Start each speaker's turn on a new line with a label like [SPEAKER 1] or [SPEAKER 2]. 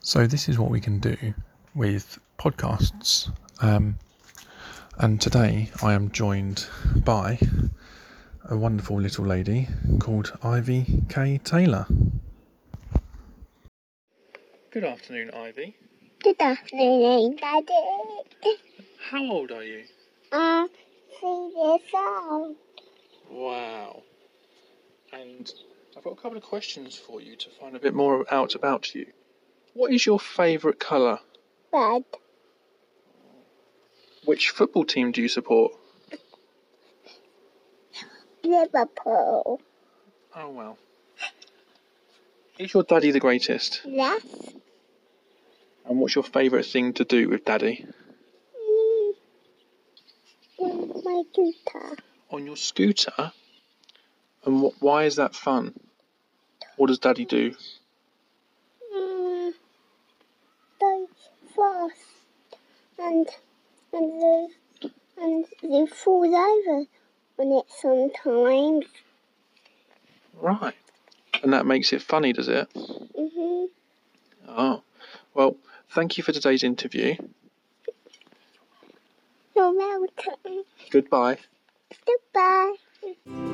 [SPEAKER 1] So this is what we can do with podcasts. Um, and today I am joined by a wonderful little lady called Ivy K. Taylor. Good afternoon, Ivy.
[SPEAKER 2] Good afternoon, Daddy.
[SPEAKER 1] How old are you?
[SPEAKER 2] I'm three years old.
[SPEAKER 1] Wow. And I've got a couple of questions for you to find a bit more out about you. What is your favourite colour?
[SPEAKER 2] Red,
[SPEAKER 1] Which football team do you support?
[SPEAKER 2] Liverpool.
[SPEAKER 1] Oh, well. Is your daddy the greatest?
[SPEAKER 2] Yes.
[SPEAKER 1] And what's your favourite thing to do with daddy?
[SPEAKER 2] Mm. Mm, My guitar.
[SPEAKER 1] On your scooter? And wh- why is that fun? What does daddy do?
[SPEAKER 2] Mm. Those fast. And, and, the, and they fall over on it sometimes.
[SPEAKER 1] Right. And that makes it funny, does it?
[SPEAKER 2] hmm
[SPEAKER 1] Oh. Well, thank you for today's interview.
[SPEAKER 2] You're welcome.
[SPEAKER 1] Goodbye.
[SPEAKER 2] Goodbye.